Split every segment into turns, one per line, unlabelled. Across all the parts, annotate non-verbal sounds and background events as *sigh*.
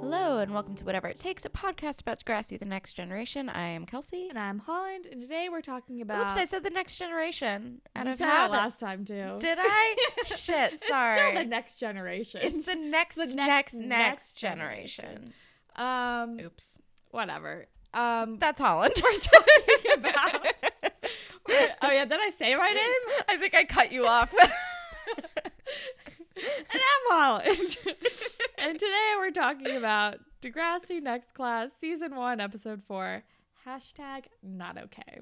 Hello and welcome to Whatever It Takes, a podcast about Degrassi, the next generation. I am Kelsey.
And I'm Holland, and today we're talking about.
Oops, I said the next generation. I
you
don't
said
know.
that
how to-
last time too. *laughs*
Did I? Shit,
It's
sorry.
still the next generation.
It's the next,
The
next,
next,
next,
next
generation.
generation. um,
Oops.
whatever. Um, *laughs*
That's Holland. *laughs*
we're talking about. we're- oh yeah, did I say my name?
I think I cut you off.
*laughs*
*laughs*
And I'm Holland. *laughs* and today we're talking about Degrassi Next Class, Season One, Episode Four. Hashtag not okay.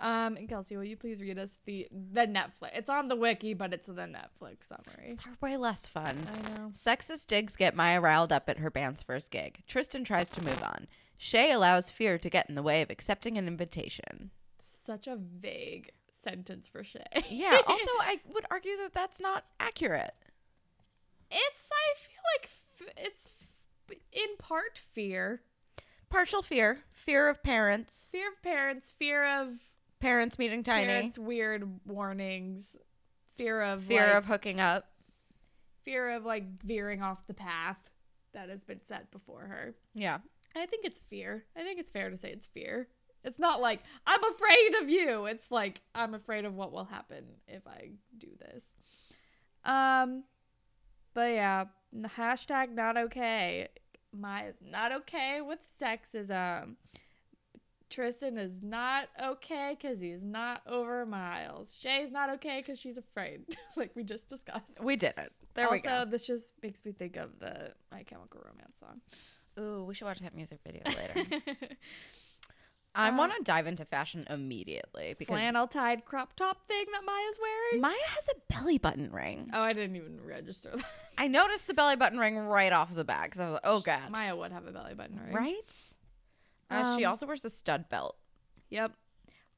Um, and Kelsey, will you please read us the the Netflix? It's on the wiki, but it's the Netflix summary.
They're way less fun.
I know.
Sexist digs get Maya riled up at her band's first gig. Tristan tries to move on. Shay allows fear to get in the way of accepting an invitation.
such a vague sentence for Shay.
Yeah, also, I would argue that that's not accurate.
it's I feel like f- it's f- in part fear,
Partial fear, fear of parents,
fear of parents, fear of
parents meeting tiny,
parents' weird warnings, fear of
fear
like,
of hooking up.
fear of like veering off the path that has been set before her.
Yeah.
I think it's fear. I think it's fair to say it's fear. It's not like I'm afraid of you. It's like I'm afraid of what will happen if I do this. Um, but yeah, n- hashtag not okay. Maya's not okay with sexism. Tristan is not okay because he's not over Miles. Shay's not okay because she's afraid, *laughs* like we just discussed.
We did it. There
also,
we go.
this just makes me think of the My Chemical Romance
*laughs*
song.
Ooh, we should watch that music *laughs* video later. I want to dive into fashion immediately because
flannel tied crop top thing that Maya's wearing.
Maya has a belly button ring.
oh, I didn't even register that. *laughs*
I noticed the belly button ring right off the bat because I was like, oh, God.
Maya would have a belly button, right?
right? Uh, she
Um,
also wears a stud belt.
Yep.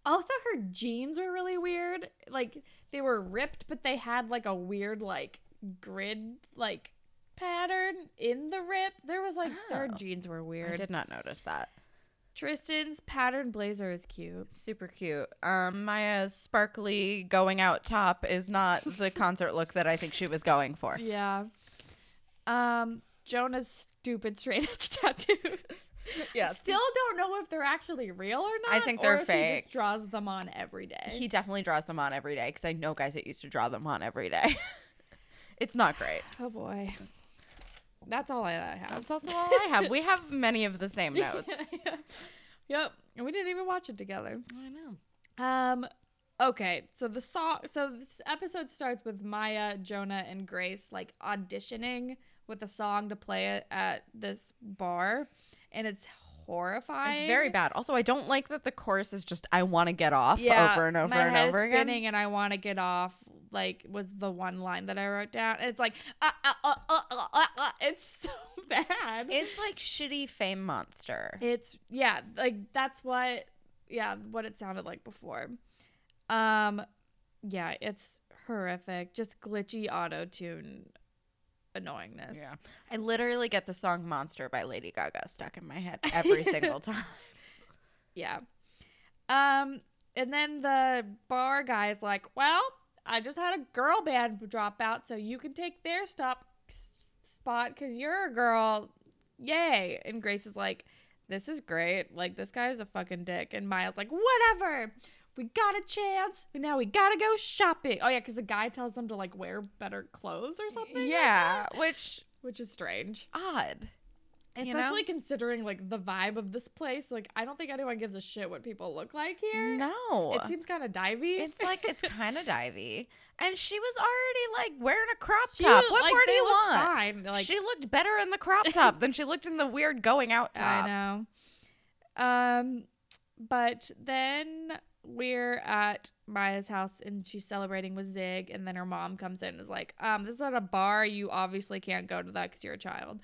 Also, her jeans were really weird. Like they were ripped, but they had like a weird like grid like pattern in the rip. There was like their
Oh.
jeans were
I
weird.
did not notice that.
Tristan's pattern blazer is cute.
Super cute. Um, Maya's sparkly going out top is not *laughs* the concert look that I think she was going for.
Yeah. Um, Jonah's stupid straight edge *laughs* tattoos.
Yeah,
Still don't know if they're actually real or not.
I think they're
or if he just
fake.
draws them on every day.
He definitely draws them on every day because I know guys that used to draw them on every day. *laughs* it's not great.
oh boy. That's all I I have. *laughs*
That's also all I have. We have many of the *laughs* same
Yeah,
notes.
yeah. Yep. And we didn't even watch it together.
I know.
Um okay, so the song so this episode starts with Maya, Jonah and Grace like auditioning with a song to play it at this bar and it's horrifying.
It's very bad. Also, I don't like that the chorus is just "I want to get off" over and over
my
and
head
over
is
again.
spinning and I want to get off. Like was the one line that I wrote down. And it's like uh, uh, uh, uh, uh, uh, uh, *laughs* it's so bad.
It's like shitty fame monster.
It's yeah, like that's what yeah, what it sounded like before. Um yeah, it's horrific. Just glitchy auto-tune annoyingness.
Yeah. I literally get the song "Monster" by Lady Gaga stuck in my head
*laughs*
every single time.
Yeah. Um and then the bar guy's like, "Well, I just had a girl band drop out, so you can take their stop s- spot cuz you're a girl." Yay. And Grace is like, "This is great. Like this guy's a fucking dick." And Miles like, "Whatever. We got a chance. And now we got to go shopping." Oh yeah, cuz the guy tells them to like wear better clothes or something. like
yeah,
that,
which
which is strange.
odd. You know?
Especially considering like the vibe of this place. Like I don't think anyone gives a shit what people look like here.
No,
It seems kind of divey.
It's like
*laughs*
it's kind of divey, and she was already like wearing a crop
She
top.
looked-
what
like,
more do
they
you
looked
want?
Fine. Like
she looked better in the
*laughs*
crop top than she looked in the weird going out top.
I know. Um, but then we're at Maya's house and she's celebrating with Zig, and then her mom comes in and is like, "Um, this is at a bar. You obviously can't go to that because you're a child."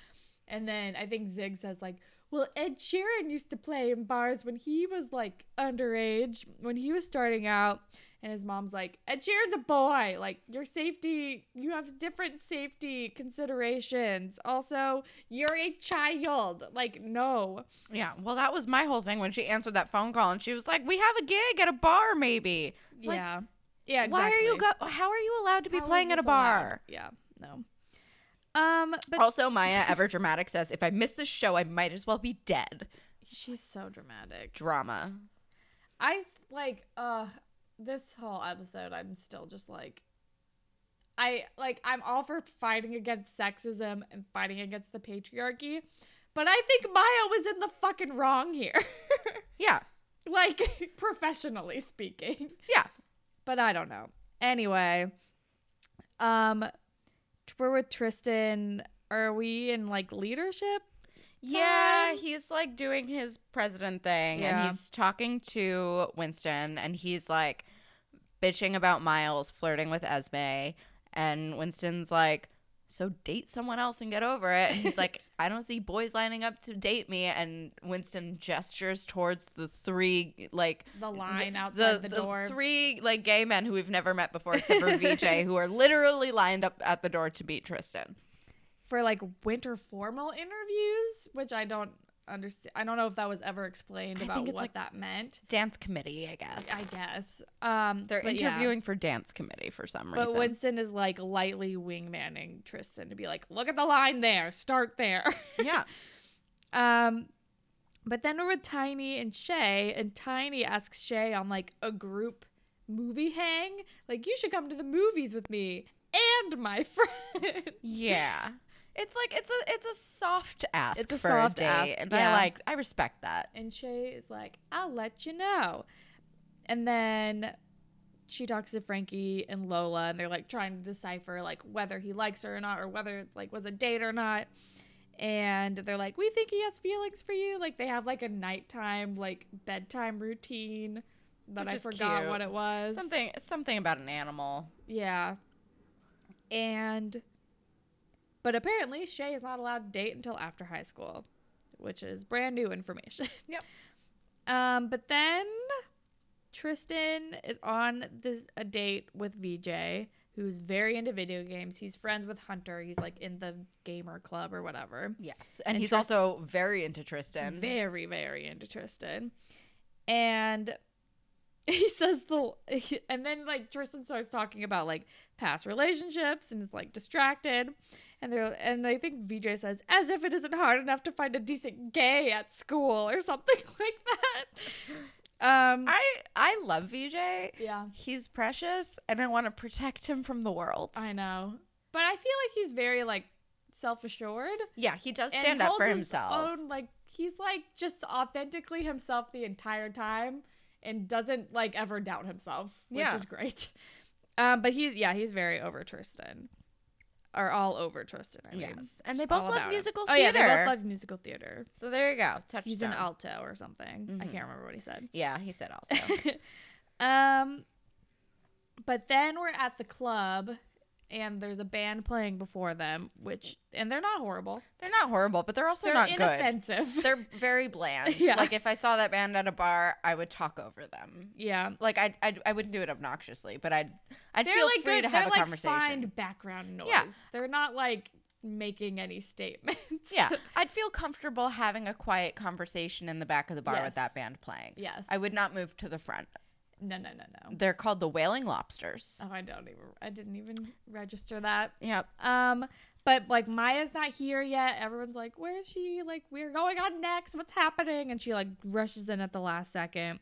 And then I think Zig says like, "Well, Ed Sheeran used to play in bars when he was like underage, when he was starting out." And his mom's like, Ed Sheeran's a boy. Like, your safety, you have different safety considerations. Also, you're a child. Like, no.
Yeah. Well, that was my whole thing when she answered that phone call and she was like, "We have a gig at a bar, maybe." Like,
yeah. Yeah, exactly.
Why are you go? How are you allowed to be
How is
playing at a
this allowed?
bar?
Yeah, no. Um, but
also, Maya Ever Dramatic says, "If I miss this show, I might as well be dead."
she's so dramatic.
Drama.
I s- like uh this whole episode I'm still just like I like I'm all for fighting against sexism and fighting against the patriarchy, but I think Maya was in the fucking wrong here. *laughs*
Yeah.
like *laughs* professionally speaking.
Yeah.
But I don't know. Anyway, um we're with Tristan. Are we in like leadership?
Yeah,
Fine.
he's like doing his president thing
Yeah.
and he's talking to Winston and he's like bitching about Miles flirting with Esme. And Winston's like, So date someone else and get over it. And he's like, I don't see boys lining up to date me. And Winston gestures towards the three, like,
The line
the,
outside the,
the
door.
three like gay men who we've never met before except for VJ who are literally lined up at the door to meet Tristan.
for like winter formal interviews, which I don't understand. I don't know if that was ever explained
I
about
think it's
what
like-
that meant.
Dance committee, I guess.
I guess. Um,
They're
but yeah.
interviewing for dance committee for some
But
reason.
Winston is like lightly wingmanning Tristan to be like, look at the line there, start there.
*laughs*
*laughs*
yeah,
Um, but then we're with Tiny and Shay, and Tiny asks Shay on like a group movie hang, like, you should come to the movies with me and my *laughs* friend.
*laughs* yeah. It's like it's a it's a soft ask
It's a
for a
soft
date,
ask,
and
yeah.
I like I respect that.
And Shay is like, I'll let you know. And then she talks to Frankie and Lola, and they're like trying to decipher like whether he likes her or not, or whether it's like was a date or not. And they're like, we think he has feelings for you. Like they have like a nighttime, like bedtime routine that
Which
I
is
forgot
cute.
what it was.
Something something about an animal.
Yeah. And but apparently Shay is not allowed to date until after high school, which is brand new information. *laughs*
Yep.
Um, but then Tristan is on this a date with VJ, who's very into video games. He's friends with Hunter. He's like in the gamer club or whatever.
Yes, and,
And
he's
Trist-
also very into Tristan.
Very, very into Tristan. And *laughs* he says the *laughs* and then like Tristan starts talking about like past relationships and is like distracted. And they're and I think VJ says, as if it isn't hard enough to find a decent gay at school or something *laughs* like that. Um
I I love VJ.
Yeah.
He's precious, and I want to protect him from the world.
I know. But I feel like he's very like self assured.
yeah, he does
and
stand up
holds
for
his
himself.
Own, like he's like just authentically himself the entire time and doesn't like ever doubt himself, which
Yeah.
is great. *laughs* Um, but he's yeah, he's very over Tristan, or all over Tristan. I mean,
yes, and they both
All about
love
him.
musical
oh yeah,
theater.
they both love musical theater.
so there you go. Touchstone.
He's an alto or something. I
Mhm.
can't remember what he said.
Yeah, he *laughs* said also.
um, but then we're at the club, and there's a band playing before them, which and they're not horrible.
they're not horrible, but they're also
They're
not good.
inoffensive.
They're very bland.
*laughs* Yeah.
Like if I saw that band at a bar, I would talk over them.
*laughs* yeah.
Like I I I wouldn't do it obnoxiously, but I'd I'd
They're
feel
like
free
good.
to have
they're
a
like
conversation.
fine background noise.
Yeah.
They're not like making any statements. *laughs*
Yeah, I'd feel comfortable having a quiet conversation in the back of the bar
Yes.
with that band playing.
yes.
I would not move to the front.
no, no, no, no.
They're called the Wailing Lobsters.
Oh, I don't even. I didn't even register that.
Yep.
Um, but like Maya's not here yet. Everyone's like, "Where's she? Like, we're going on next. What's happening?" And she like rushes in at the last second.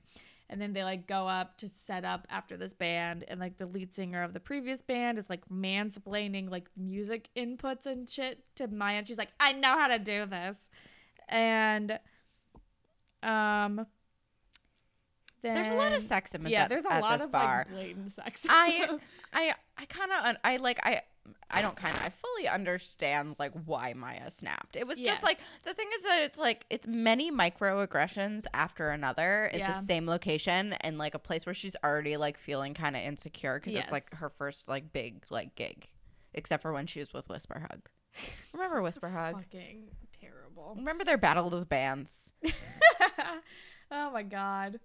And then they like go up to set up after this band, and like the lead singer of the previous band is like mansplaining like music inputs and shit to Maya. And she's like, "I know how to do this," and um, then,
There's a lot of sexism
yeah.
at,
There's a
at
lot
this
of
bar.
like blatant sexism.
I- I I kind of I like I I don't kind of I fully understand like why Maya snapped. It was
Yes.
just like the thing is that it's like it's many microaggressions after another at
Yeah.
the same location and like a place where she's already like feeling kind of insecure because it's like
Yes.
her first like big like gig, except for when she was with Whisper
*laughs*
Hug. Remember Whisper Hug?
fucking terrible. *laughs*
Remember their battle of the bands?
oh my god.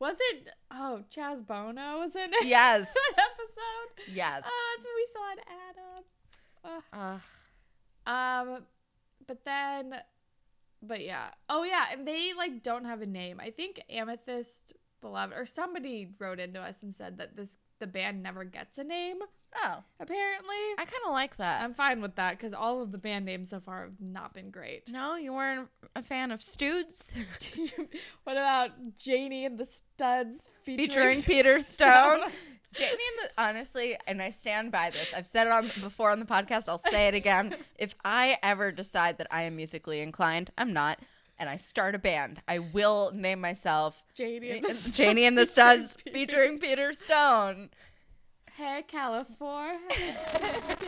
Was it? Oh, Chaz Bono was in it.
Yes.
*laughs* that episode.
yes.
Oh, that's when we saw an Adam. Ugh.
Ugh.
Um, but then, but yeah. Oh yeah, and they like don't have a name. I think Amethyst Beloved or somebody wrote into us and said that this the band never gets a name.
oh,
Apparently,
I kind of like that.
I'm fine with that because all of the band names so far have not been great. *laughs*
no, you weren't a fan of Studs
what about Janie and the Studs
featuring
*laughs*
Peter Stone. Jamie and the, honestly, and I stand by this. I've said it on before on the podcast. I'll say it
*laughs*
again. If I ever decide that I am musically inclined, I'm not, and I start a band, I will name myself
Janie and
*laughs*
the Studs
Eh, Janie and the Studs
featuring Peter-
featuring Peter Stone.
Hey California,
*laughs*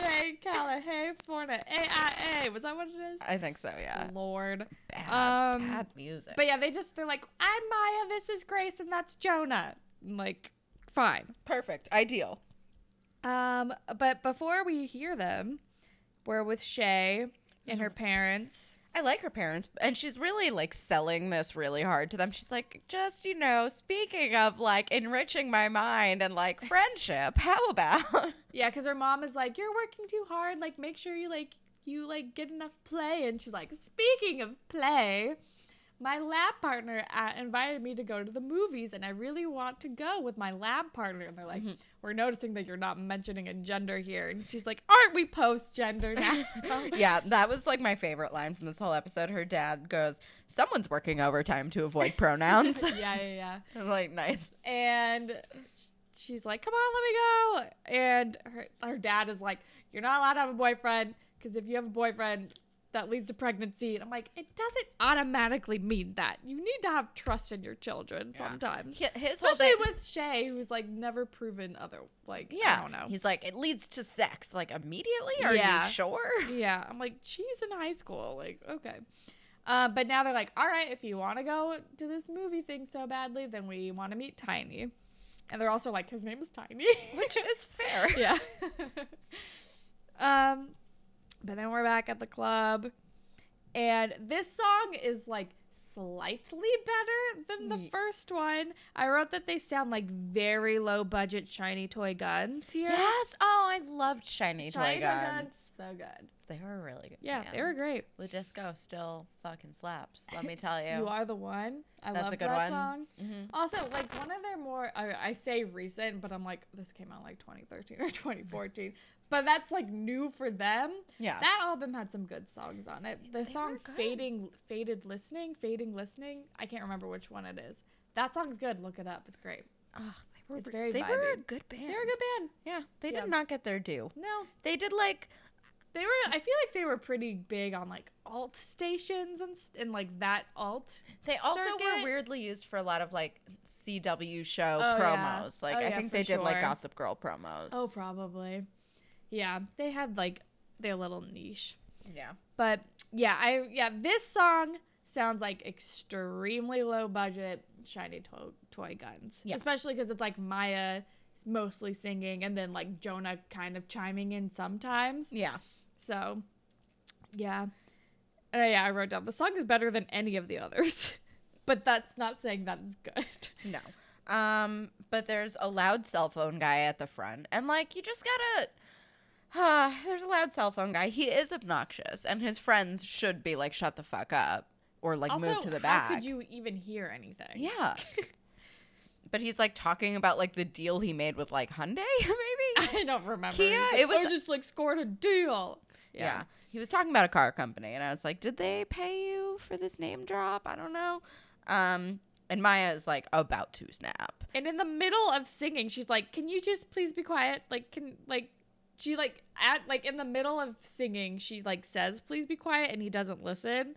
hey Cali, hey Forna, AIA. Was that what it is?
I think so. Yeah.
Lord.
Bad,
Um,
bad music.
But yeah, they just they're like, I'm Maya, this is Grace, and that's Jonah. And, Like, fine.
perfect, ideal.
Um, but before we hear them, we're with Shay and her parents.
I like her parents, and she's really like selling this really hard to them. She's like, just you know, speaking of like enriching my mind and like friendship, how *laughs* about?
Yeah, because her mom is like, You're working too hard, like make sure you like you like get enough play and she's like, Speaking of play, my lab partner uh, invited me to go to the movies and I really want to go with my lab partner. And they're like, We're noticing that you're not mentioning a gender here. And she's like, Aren't we post gender now? *laughs*
yeah, that was like my favorite line from this whole episode. Her dad goes, "Someone's working overtime to avoid *laughs* pronouns."
yeah, yeah, yeah.
I'm like, nice.
And she's like, "Come on, let me go." And her her dad is like, "You're not allowed to have a boyfriend because if you have a boyfriend, that leads to pregnancy." And I'm like, "It doesn't automatically mean that. You need to have trust in your children
Yeah.
sometimes."
Hi- His whole
Especially
thing.
with Shay, who's like never proven other like
yeah,
I don't know.
he's like, it leads to sex. Like immediately? Are
Yeah.
you sure?
Yeah, I'm like, she's in high school. Like, okay. Uh, but now they're like, all right, if you want to go to this movie thing so badly, then we want to meet Tiny. And they're also like, his name is Tiny.
*laughs*
*laughs*
Which is fair.
yeah. *laughs* um, but then we're back at the club, and this song is like slightly better than the
Ye-
first one. I wrote that they sound like very low budget shiny toy guns here.
Yes. Oh, I loved shiny, toy guns.
so good.
They were really good.
Yeah,
man.
they were great.
The disco still fucking slaps. Let *laughs* me tell you.
You are the one. I
That's a
love
good
that
one.
song.
Mhm.
Also, like one of their more, I, I say recent, but I'm like, this came out like 2013 or 2014. But that's like new for them.
Yeah.
That album had some good songs on it. The
were
song
good.
"Fading," "Faded Listening," "Fading Listening." I can't remember which one it is. That song's good. Look it up. It's great.
oh, they were
it's very
They were a
vibey.
good band.
They're a good band.
Yeah. They
Yeah.
did not get their due.
No,
They did like
they were. I feel like they were pretty big on like alt stations and st- and like that alt.
They also
circuit.
were weirdly used for a lot of like CW show
Oh, yeah.
promos. Like
Oh,
I
yeah,
think
for
they did like
sure.
Gossip Girl promos.
Oh, probably. Yeah, they had like their little niche.
yeah.
But yeah, I yeah, this song sounds like extremely low budget shiny to- toy guns.
Yes.
Especially cuz it's like Maya mostly singing and then like Jonah kind of chiming in sometimes.
Yeah.
So yeah. Uh, yeah, I wrote down the song is better than any of the others. *laughs* but that's not saying that it's good.
No. Um, but there's a loud cell phone guy at the front, and like you just gotta. Uh, there's a loud cell phone guy. He is obnoxious, and his friends should be like, "Shut the fuck up," or like move to the back.
How could you even hear anything?
yeah. but he's like talking about like the deal he made with like Hyundai, *laughs*
*laughs*
maybe.
*laughs* I don't remember.
Kia,
It's like,
it was-
I just like scored a deal.
Yeah. He was talking about a car company and I was like, "Did they pay you for this name drop? I don't know." Um and Maya is like about to snap.
And in the middle of singing, she's like, "Can you just please be quiet?" Like, can like she like at like in the middle of singing, she like says, "Please be quiet," and he doesn't listen.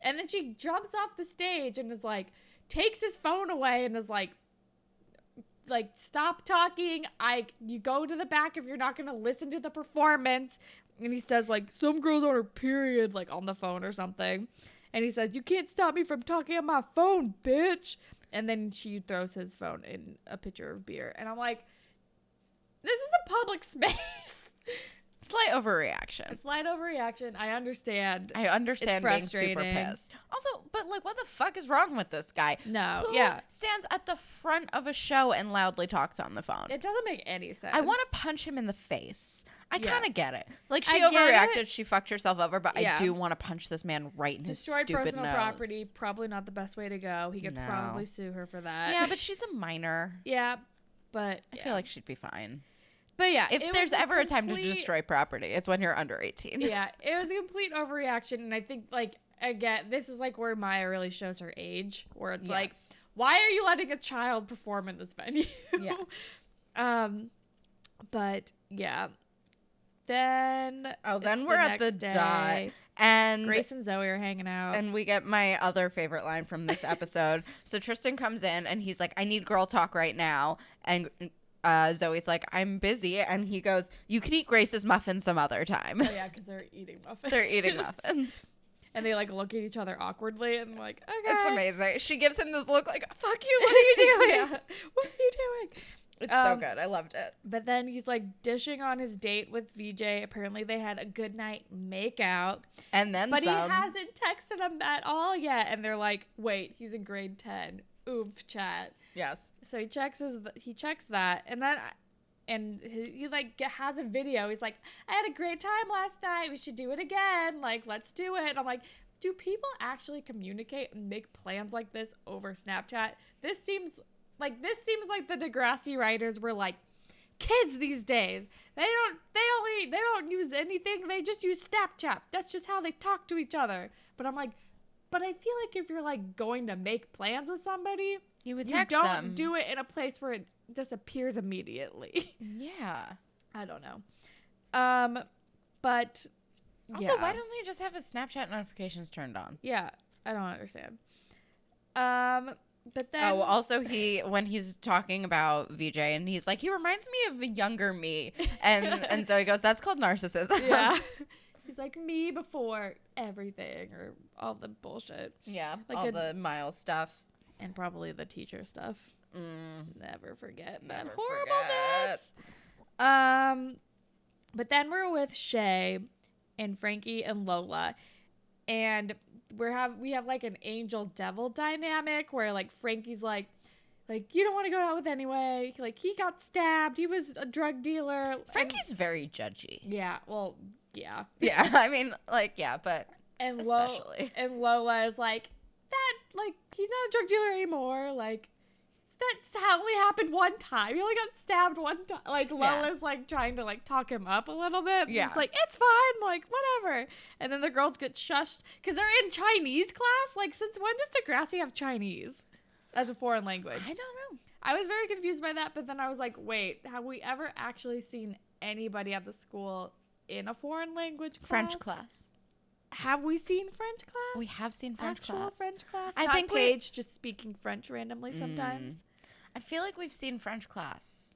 And then she jumps off the stage and is like, takes his phone away and is like, like stop talking. I you go to the back if you're not gonna listen to the performance. And he says like some girls on her period like on the phone or something. And he says you can't stop me from talking on my phone, bitch. And then she throws his phone in a pitcher of beer. And I'm like, this is a public *laughs* space.
It's slight overreaction.
A slight overreaction. I understand.
I understand being super
frustrating.
pissed. Also, but like, what the fuck is wrong with this guy?
No,
Who
Oh, yeah.
stands at the front of a show and loudly talks on the phone?
It doesn't make any sense.
I want to punch him in the face. I
Yeah.
kind of get it. Like she
I get
overreacted, she fucked herself over, but
Yeah.
I do want to punch this man right in his
destroy
stupid
personal
nose.
property. Probably not the best way to go. He could
No.
probably sue her for that.
Yeah, but she's a minor.
yeah, but
I
yeah.
feel like she'd be fine.
but yeah,
If
it was
there's ever a time to
complete-
destroy *laughs* property, it's when you're under 18.
yeah, it was a complete overreaction, and I think like again, this is like where Maya really shows her age, where it's like,
Yes.
why are you letting a child perform in this venue?
*laughs*
*laughs*
Yes.
um, but yeah, then
Oh,
it's
then we're at the
next
dot.
day.
And
Grace and Zoe are hanging out.
and we get my other favorite line from this
*laughs*
episode. so Tristan comes in and he's like, "I need girl talk right now," and uh, Zoe's like, "I'm busy," and he goes, "You can eat Grace's muffin some other time."
oh yeah, because they're eating muffins.
They're *laughs* eating muffins.
*laughs* and they like look at each other awkwardly and like, okay,
It's amazing. She gives him this look like, "Fuck you! What are *laughs* you doing?"
Yeah. *laughs* What are you doing?
It's so
Um,
good. I loved it.
But then he's like dishing on his date with VJ. Apparently, they had a good night makeout,
And then
but
some.
he hasn't texted him at all yet. And they're like, "Wait, he's in grade ten. Oof, chat."
yes.
So he checks his he checks that, and then and he, he like has a video. He's like, "I had a great time last night. We should do it again. Like, let's do it." And I'm like, "Do people actually communicate and make plans like this over Snapchat? This seems like this seems like the Degrassi writers were like." Kids these days, they don't. They only. They don't use anything. They just use Snapchat. That's just how they talk to each other. But I'm like, but I feel like if you're like going to make plans with somebody,
You would
you
text
don't
them.
do it in a place where it disappears immediately. *laughs*
Yeah.
I don't know. Um, but
Also,
yeah.
why doesn't he just have his Snapchat notifications turned on?
yeah, I don't understand. Um, but then
Oh, also he when he's talking about VJ and he's like, he reminds me of a younger me, and *laughs* and so he goes, that's called narcissism.
*laughs* yeah, *laughs* he's like me before everything or all the bullshit
*laughs* yeah,
Like
all
a-
the Miles stuff.
and probably the teacher stuff.
Mm.
Never forget that
Never
horribleness. Um, but then we're with Shay and Frankie and Lola, and we're have we have like an angel devil dynamic where like Frankie's like. Like you don't want to go out with anyway. Like he got stabbed. He was a drug dealer. and-
Frankie's very judgy.
yeah. Well, yeah.
Yeah, I mean, like, yeah, but
And Lola
especially.
and Lola is like that. Like he's not a drug dealer anymore. Like that's only happened one time. He only got stabbed one time. Like
Yeah.
Lola's like trying to like talk him up a little bit.
Yeah.
it's like it's fine. Like whatever. And then the girls get shushed because they're in Chinese class. Like since when does Degrassi have Chinese as a foreign language?
I don't know.
I was very confused by that, but then I was like, wait, have we ever actually seen anybody at the school in a foreign language class?
French class.
Have we seen French class?
We have seen French
actual
class.
French class.
I
I Not
think
think
we-
Paige just speaking French randomly
Mm.
sometimes.
I feel like we've seen French class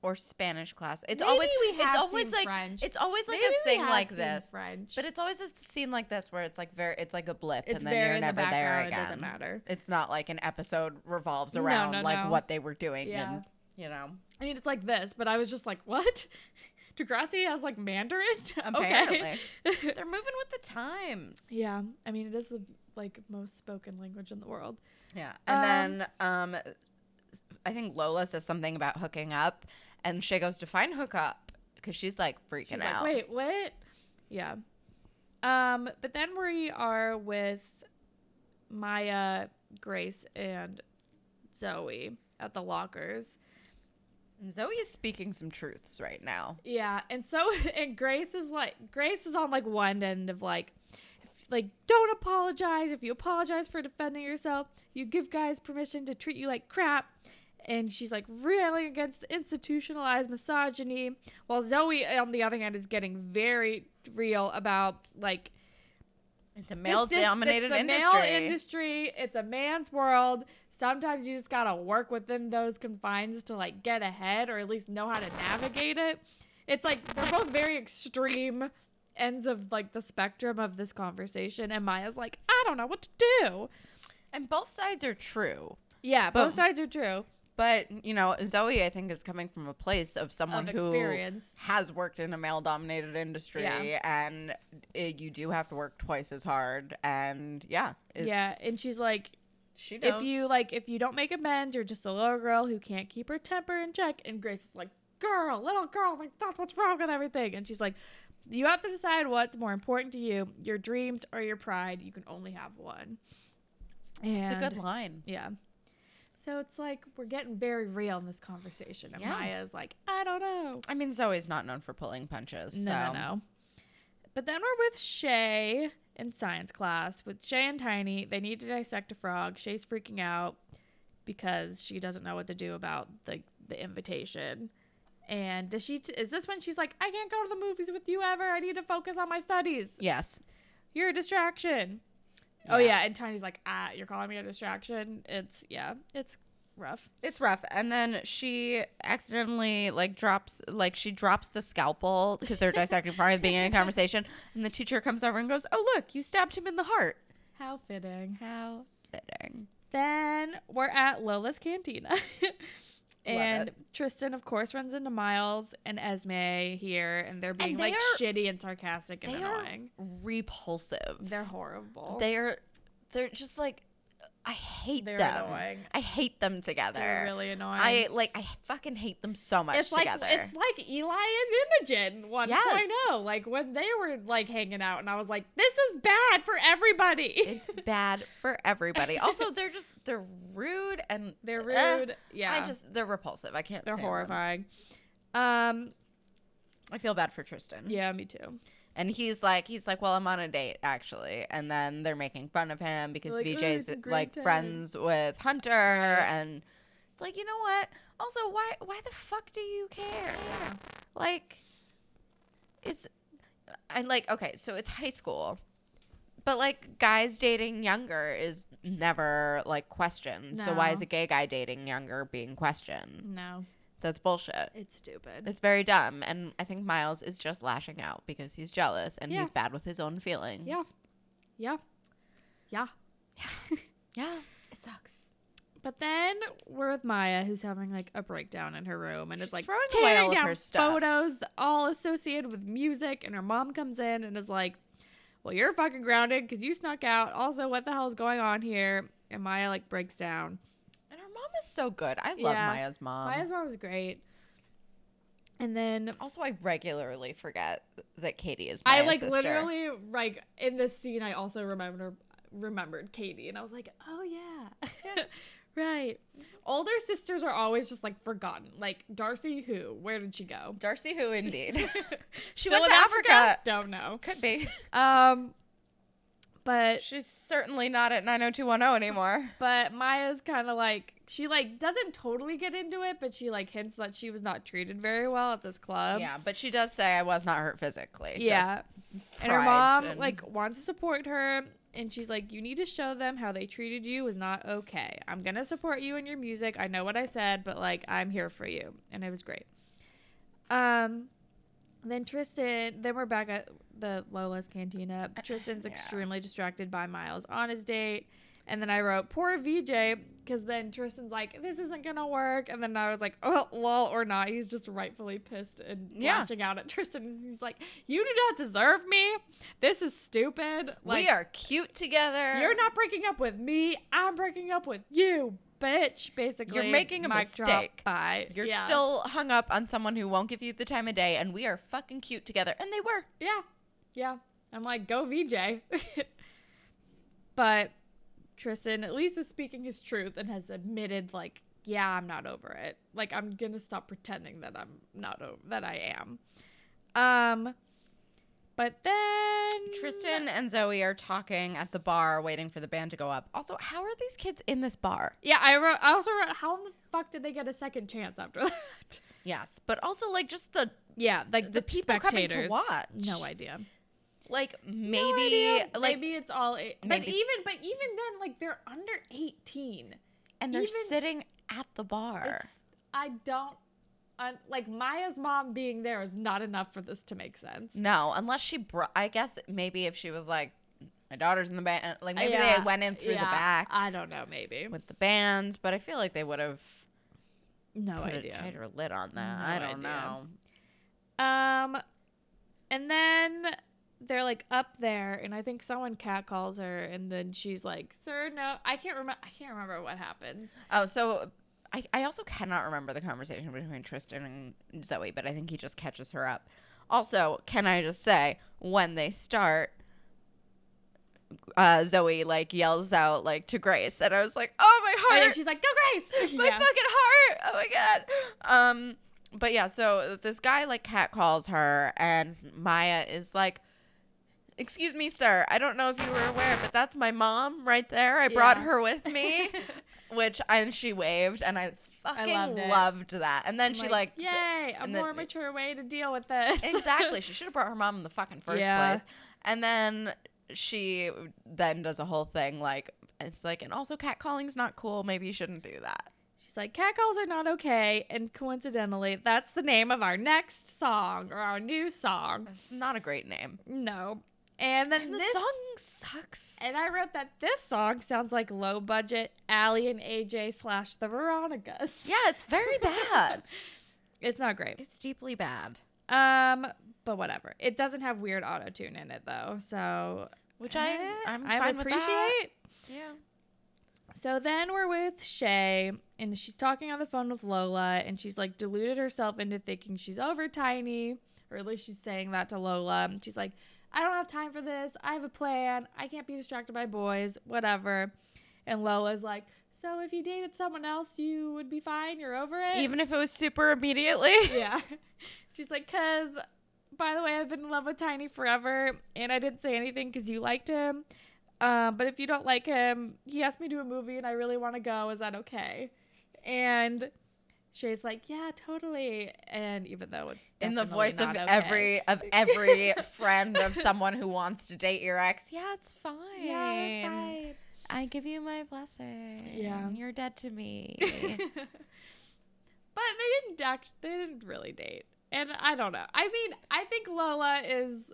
or Spanish class. It's
Maybe
always
we have
it's always
seen
like
French.
it's always like
Maybe
a
we
thing
have
like
seen
this.
French,
But it's always a scene like this where it's like very, it's like a blip,
it's
and then
very
you're
in the
never there
background.
again.
It doesn't matter.
It's not like an episode revolves
No,
around
no,
like
no.
what they were doing,
Yeah.
and you know,
I mean, it's like this, but I was just like, what? *laughs* Degrassi has like Mandarin. *laughs* okay.
apparently they're moving with the times.
*laughs* yeah, I mean, it is the like most spoken language in the world.
yeah. And then, um, I think Lola says something about hooking up, and she goes to find hookup because she's like freaking
She's
out.
like, wait, what? Yeah. Um, but then we are with Maya, Grace, and Zoe at the lockers.
And Zoe is speaking some truths right now.
Yeah, and so *laughs* and Grace is like Grace is on like one end of like if- like don't apologize if you apologize for defending yourself, you give guys permission to treat you like crap. And she's like railing against institutionalized misogyny, while Zoe on the other hand is getting very real about like
It's a male-dominated
this- this- the
industry.
Male industry. It's a man's world. Sometimes you just gotta work within those confines to like get ahead or at least know how to navigate it. It's like they're both very extreme ends of like the spectrum of this conversation, and Maya's like, I don't know what to do.
and both sides are true.
Yeah,
But-
both sides are true.
But, you know, Zoe, I think, is coming from a place of someone
of
who
experience.
has worked in a male dominated industry and it, you do have to work twice as hard. And yeah,
yeah, and she's like,
she
if you like, if you don't make amends, you're just a little girl who can't keep her temper in check. And Grace is like, girl, little girl, like that's what's wrong with everything. And she's like, you have to decide what's more important to you, your dreams or your pride. You can only have one. And
it's a good line.
Yeah. So it's like we're getting very real in this conversation. And
Yeah.
Maya's like, I don't know.
I mean, Zoe's not known for pulling punches.
No,
so.
no, no. But then we're with Shay in science class with Shay and Tiny. They need to dissect a frog. Shay's freaking out because she doesn't know what to do about the the invitation. And does she? T- is this when she's like, "I can't go to the movies with you ever. I need to focus on my studies.
Yes.
You're a distraction." Oh
Yeah.
yeah, and Tiny's like, "Ah, you're calling me a distraction." It's yeah, it's rough.
It's rough. And then she accidentally like drops like she drops the scalpel because they're dissecting from the beginning of
*laughs*
the conversation. And the teacher comes over and goes, Oh look, you stabbed him in the heart.
How fitting.
How fitting.
Then we're at Lola's Cantina. *laughs* and Tristan, of course, runs into Miles and Esme here, and they're being
they
like
are-
shitty and sarcastic and
they are-
annoying.
Repulsive.
They're horrible.
They're they're just like I hate
They're
them.
annoying.
I hate them together.
They're really annoying.
I like I fucking hate them so much
it's like
together.
it's like Eli and Imogen 1.0.
Yes.
Like when they were like hanging out, and I was like, "This is bad for everybody."
it's bad for everybody. Also, they're just they're rude and
*laughs* they're rude.
Eh,
yeah,
I just they're repulsive. I can't.
they're
stand them.
horrifying. Um,
I feel bad for Tristan.
yeah, me too.
And he's like, he's like, well, I'm on a date actually, and then they're making fun of him because
Like, "Oh,
VJ's
it's a great
like
time."
friends with Hunter, and it's like, you know what? Also, why, why the fuck do you care? Like, it's, and like, okay, so it's high school, but like, guys dating younger is never like questioned. So why
No.
is a gay guy dating younger being questioned?
No,
That's bullshit.
it's *laughs* stupid.
It's very dumb, and I think Miles is just lashing out because he's jealous and
Yeah.
he's bad with his own feelings.
Yeah. yeah, yeah.
yeah, it sucks.
But then we're with Maya, who's having like a breakdown in her room, and
She's
it's like
throwing away
tearing
all of
down
her stuff.
photos, all associated with music. And her mom comes in and is like, "Well, you're fucking grounded because you snuck out. Also, what the hell is going on here?" And Maya like breaks down.
And her mom is so good. I love
Yeah.
Maya's mom.
Maya's mom was great. And then
also, I regularly forget that Katie is.
I
Maya's
like
sister.
literally like in this scene, I also remember remembered Katie, and I was like, oh yeah, *laughs* right. Older sisters are always just like forgotten. Like Darcy, who? Where did she go?
Darcy, who
*laughs*
indeed she
Still
went
in
to Africa.
Don't know.
Could be.
Um, but
She's certainly not at nine hundred two one zero anymore.
but Maya's kind of like she like doesn't totally get into it, but she like hints that she was not treated very well at this club.
yeah, but she does say I was not hurt physically.
Um, Yeah.
just
And her
pride
mom
and-
like wants to support her and she's like you need to show them how they treated you was not okay. I'm going to support you in your music. I know what I said, but like I'm here for you. And it was great. Um then Tristan, then we're back at the Lola's Cantina. Tristan's
Uh, Yeah.
extremely distracted by Miles on his date. And then I wrote, poor VJ, because then Tristan's like, this isn't going to work. And then I was like, oh, lol or not. He's just rightfully pissed and
Yeah.
lashing out at Tristan. He's like, you do not deserve me. This is stupid. Like,
we are cute together.
you're not breaking up with me. I'm breaking up with you, bitch, basically.
making a
Mic Drop.
mistake.
Bye.
You're
Yeah.
still hung up on someone who won't give you the time of day, and we are fucking cute together. And they were.
Yeah. Yeah. I'm like, go VJ. *laughs* but Tristan at least is speaking his truth and has admitted like, yeah, I'm not over it. Like I'm going to stop pretending that I'm not over that I am. Um but then
Tristan and Zoe are talking at the bar, waiting for the band to go up. Also, how are these kids in this bar?
Yeah, I wrote I also wrote how in the fuck did they get a second chance after *laughs* that?
Yes, but also like just the
yeah, like
the,
the,
people
spectators.
coming to watch.
No idea.
Like
No
maybe
idea.
like
maybe it's all eight.
maybe-
But even but even then like they're under 18.
and they're
even-
sitting at the bar.
It's, I don't un, like Maya's mom being there is not enough for this to make sense.
No, unless she brought. I guess maybe if she was like, my daughter's in the band. Like maybe
Yeah,
they went in through
yeah,
the back
I don't know. Maybe
with the bands, but I feel like they would have
No
put
idea.
a tighter lid on that.
No
I don't know.
idea. Um, and then they're like up there, and I think someone catcalls her, and then she's like, "Sir, no, I can't remember. I can't remember what happens."
*laughs* Oh, so I, I also cannot remember the conversation between Tristan and Zoe, but I think he just catches her up. Also, can I just say when they start, uh, Zoe like yells out like to Grace, and I was like, "Oh my
Oh,
heart!
yeah, she's like, "No, Grace."
my
*laughs*
fucking heart. Oh my god. Um but yeah, so this guy like catcalls her and Maya is like Excuse me, sir. I don't know if you were aware, but that's my mom right there. I brought
Yeah.
her with
*laughs*
me, which and she waved and I fucking
loved
loved,
it.
that. And then
I'm
she like s-
"Yay, a
and then-
more mature way to deal with this." *laughs*
Exactly. She should have brought her mom in the fucking first
Yeah.
place. And then she then does a whole thing like it's like and also catcalling's not cool. Maybe you shouldn't do that.
She's like, catcalls are not okay. And coincidentally, that's the name of our next song or our new song.
That's not a great name.
No. And then
And the
this
song sucks.
And I wrote that this song sounds like low budget Allie and AJ slash the Veronicas.
yeah, it's very bad.
*laughs* It's not great.
it's deeply bad,
Um, but whatever. It doesn't have weird auto tune in it though. So
which I
eh,
I'm
I
fine
appreciate.
with that. Yeah.
So then we're with Shay, and she's talking on the phone with Lola, and she's like deluded herself into thinking she's over Tiny, or at least she's saying that to Lola. She's like, I don't have time for this. I have a plan. I can't be distracted by boys, whatever. And Lola's like, So if you dated someone else, you would be fine. You're over it.
Even if it was super immediately. *laughs*
yeah. *laughs* She's like, Cause by the way, I've been in love with Tiny forever, and I didn't say anything because you liked him. Um, but if you don't like him, he asked me to a movie and I really want to go. Is that okay? And Shay's like, yeah, totally. And even though it's
In the
definitely
voice of
not okay.
every of
*laughs*
every friend of someone who wants to date your ex. Yeah, it's fine.
yeah, it's
I give you my blessing.
Yeah.
You're dead to
*laughs*
me.
fine. but they didn't act. They didn't really date, and I don't know. I mean, I think Lola is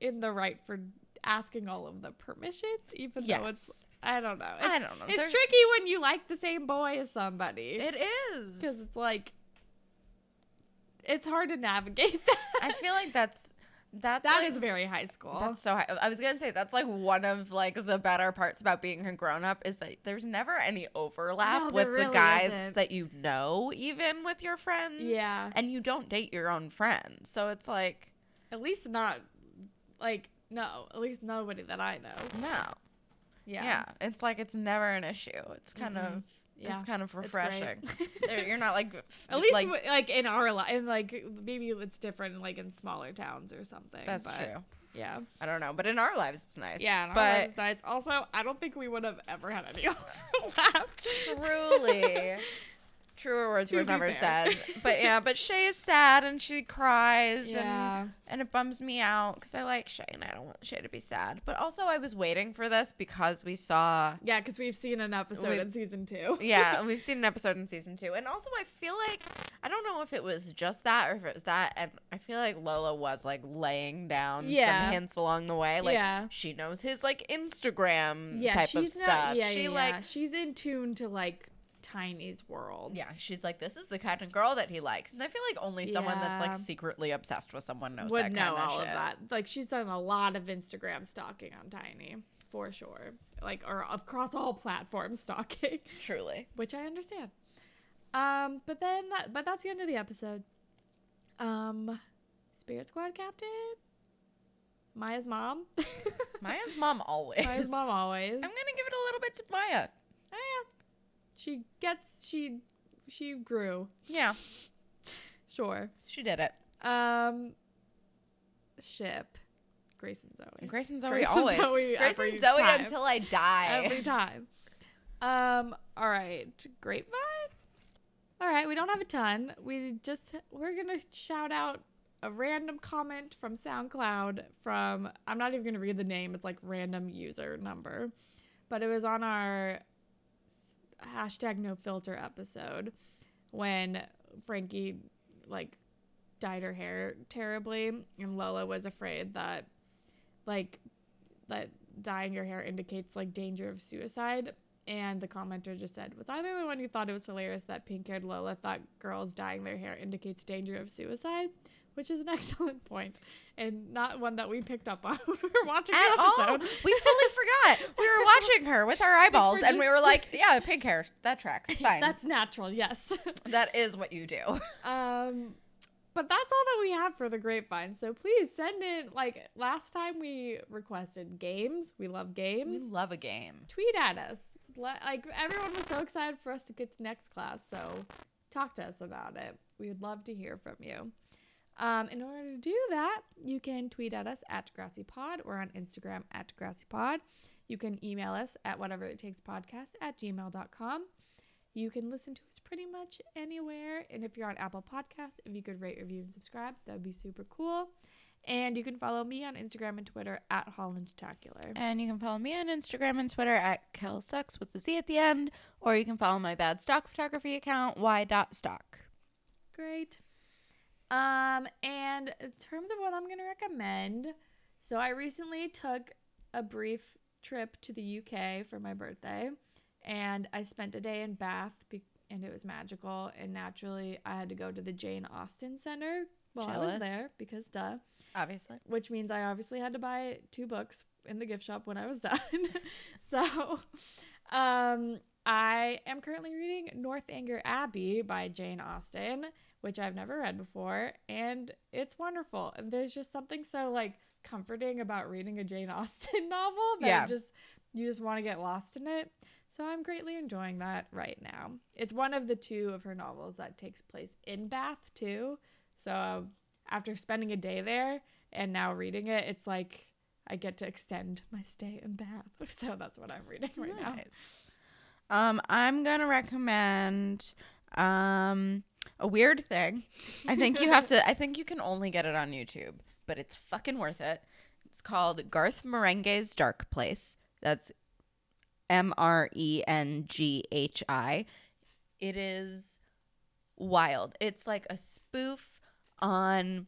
in the right for asking all of the permissions, even though it's
yes.
I don't know. It's,
I don't know.
It's
There's-
tricky when you like the same boy as somebody
It is.
because it's like it's hard to navigate *laughs* that.
I feel like that's that's
that
like-
is very high school.
That's so high. I was gonna say that's like one of like the better parts about being a grown up is that there's never any overlap
No,
with
there
the
really
guys
isn't.
that you know, even with your friends.
yeah,
and you don't date your own friends, so it's like
at least not like no, at least nobody that I know.
no, yeah,
Yeah, Mm-hmm.
it's like it's never an issue. It's kind of
yeah.
it's kind of
It's great.
refreshing. *laughs*
*laughs*
There- You're not like f-
At least
like,
like, like in our life, and like maybe it's different like in smaller towns or something.
that's
but,
true.
Yeah,
I don't know, but in our lives it's nice.
yeah. And
but
but lives, also, I don't think we would have ever had any *laughs* overlap. *laughs*
Truly. Truer words
To
were
be
never
fair. *laughs*
said. But yeah, but Shay is sad and she cries
yeah,
and and it bums me out because I like Shay and I don't want Shay to be sad. But also I was waiting for this because we saw
yeah, because we've seen an episode
We've-
in season two.
yeah, we've seen an episode in season two. And also I feel like I don't know if it was just that or if it was that and I feel like Lola was like laying down
Yeah.
some hints along the way. Like
yeah.
she knows his like Instagram
*laughs* yeah,
type
she's
of stuff.
Not, yeah,
she
yeah,
like
yeah. she's in tune to like Tiny's world.
Yeah, she's like, this is the kind of girl that he likes, and I feel like only someone that's
Yeah.
like secretly obsessed with someone knows
would
that
know
kind of
all
shit.
of that. Like she's done a lot of Instagram stalking on Tiny for sure. Like or across all platforms stalking,
Truly,
which I understand. Um, but then that, but that's the end of the episode. Um, Spirit Squad Captain, Maya's mom, *laughs*
Maya's mom always.
Maya's mom always.
*laughs* I'm gonna give it a little bit to Maya.
Eh, she gets she she grew
Yeah,
sure.
she did it.
Um, ship, Grace and Zoe.
And Grace and Zoe
Grace and
always.
Zoe
Grace
every
and Zoe
time.
until I die.
every time. Um. All right, grapevine. All right, we don't have a ton. We just we're gonna shout out a random comment from SoundCloud from I'm not even gonna read the name. It's like random user number, but it was on our s- hashtag No Filter episode when Frankie like dyed her hair terribly, and Lola was afraid that like that dyeing your hair indicates like danger of suicide And the commenter just said, Was I the only one who thought it was hilarious that pink haired Lola thought girls dyeing their hair indicates danger of suicide? Which is an *laughs* excellent point and not one that we picked up on *laughs* when we were watching
At
the
all.
episode.
*laughs* We fully forgot. We were watching her with our eyeballs and we
just-
were like, yeah, pink hair. That tracks. Fine. That's-
That's natural, yes. *laughs*
what you do.
Um, but that's all that we have for the grapevine. So please send in like last time we requested games. We love
We
games.
love a game.
Tweet at us. Le- Like everyone was so excited for us to get to next class, so talk to us about it. We would love to hear from you. Um, in order to do that, you can tweet at us at Degrassi Pod or on Instagram at Degrassi Pod. You can email us at whatever it takes podcast at gmail.com. You can listen to us pretty much anywhere. And if you're on Apple Podcasts, if you could rate, review, and subscribe, that would be super cool. And you can follow me on Instagram and Twitter at Holland Tacular.
And you can follow me on Instagram and Twitter at KelSucks with the Z at the end, or you can follow my bad stock photography account, y.stock.
Great. Um, and in terms of what I'm gonna recommend, so I recently took a brief trip to the UK for my birthday, and I spent a day in Bath, be- and it was magical. And naturally, I had to go to the Jane Austen Center while I was
Jealous.
there because duh
Obviously.
which means I obviously had to buy two books in the gift shop when I was *laughs* done. so, um, I am currently reading Northanger Abbey by Jane Austen, which I've never read before, and it's wonderful. And there's just something so like comforting about reading a Jane *laughs* Austen novel that
Yeah.
just you just want to get lost in it. So I'm greatly enjoying that right now. It's one of the two of her novels that takes place in Bath too. So um, after spending a day there and now reading it, it's like I get to extend my stay in Bath. *laughs* So that's what I'm reading right now.
Um, I'm gonna recommend um a weird thing. I think you have to. I think you can only get it on YouTube, but it's fucking worth it. It's called Garth Marenghi's Dark Place. That's M R E N G H I. It is wild. It's like a spoof on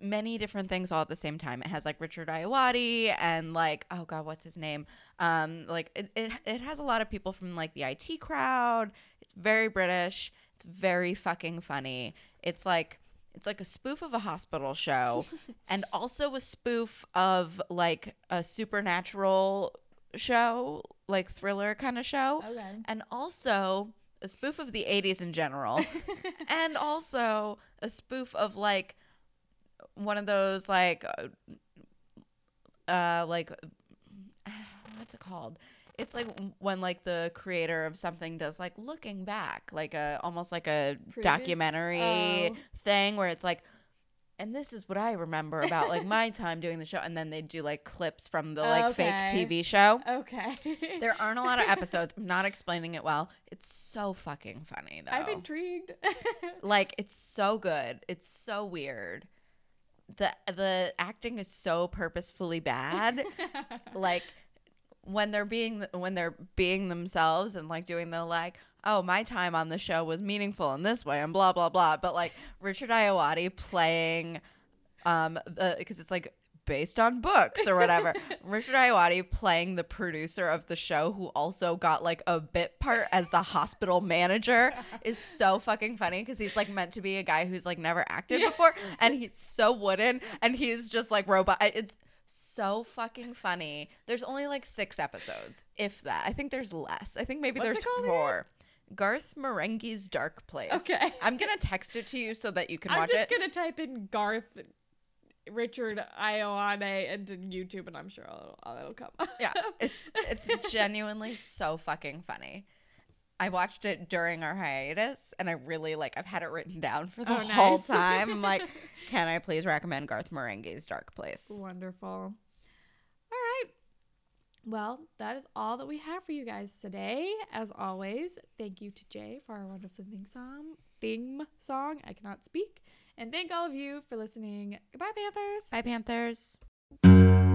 many different things all at the same time. It has like Richard Iowati and like oh god, what's his name? Um, like it, it it has a lot of people from like the IT crowd. It's very British. It's very fucking funny. It's like it's like a spoof of a hospital show and also a spoof of like a supernatural show, like thriller kind of show
Okay.
and also a spoof of the 80s in
*laughs*
general and also a spoof of like one of those like uh, uh like *sighs* what's it called it's like when like the creator of something does like looking back like a almost like a
Previous-
documentary
Oh.
thing where it's like and this is what i remember about like
*laughs*
my time doing the show and then they do like clips from the like
Okay.
fake tv show
Okay.
there aren't a lot of episodes. I'm not explaining it well. It's so fucking funny though.
*laughs* I'm intrigued. *laughs*
like it's so good. It's so weird. The the acting is so purposefully
*laughs*
bad. like when they're being when they're being themselves and like doing the like oh my time on the show was meaningful in this way and blah blah blah but like richard iowati playing um because it's like based on books or whatever
*laughs*
richard iowati playing the producer of the show who also got like a bit part as the hospital manager
*laughs*
is so fucking funny because he's like meant to be a guy who's like never acted
Yeah.
before and he's so wooden and he's just like robot it's so fucking funny there's only like six episodes if that i think there's less i think maybe
What's it
there's
called again?
four garth marenghi's dark place
Okay.
i'm gonna text it to you so that you can
I'm
watch it
just gonna type in Garth Richard Ioane into YouTube, and I'm sure it'll, it'll come. up.
yeah
*laughs*
it's it's genuinely so fucking funny i watched it during our hiatus and i really like i've had it written down for the
Oh,
whole
nice.
time i'm
*laughs*
like can i please recommend garth marenghi's dark place
Wonderful. All right. Well, that is all that we have for you guys today. As always, thank you to Jay for our wonderful theme song. Theme song. I cannot speak. And thank all of you for listening. Goodbye, Panthers.
bye panthers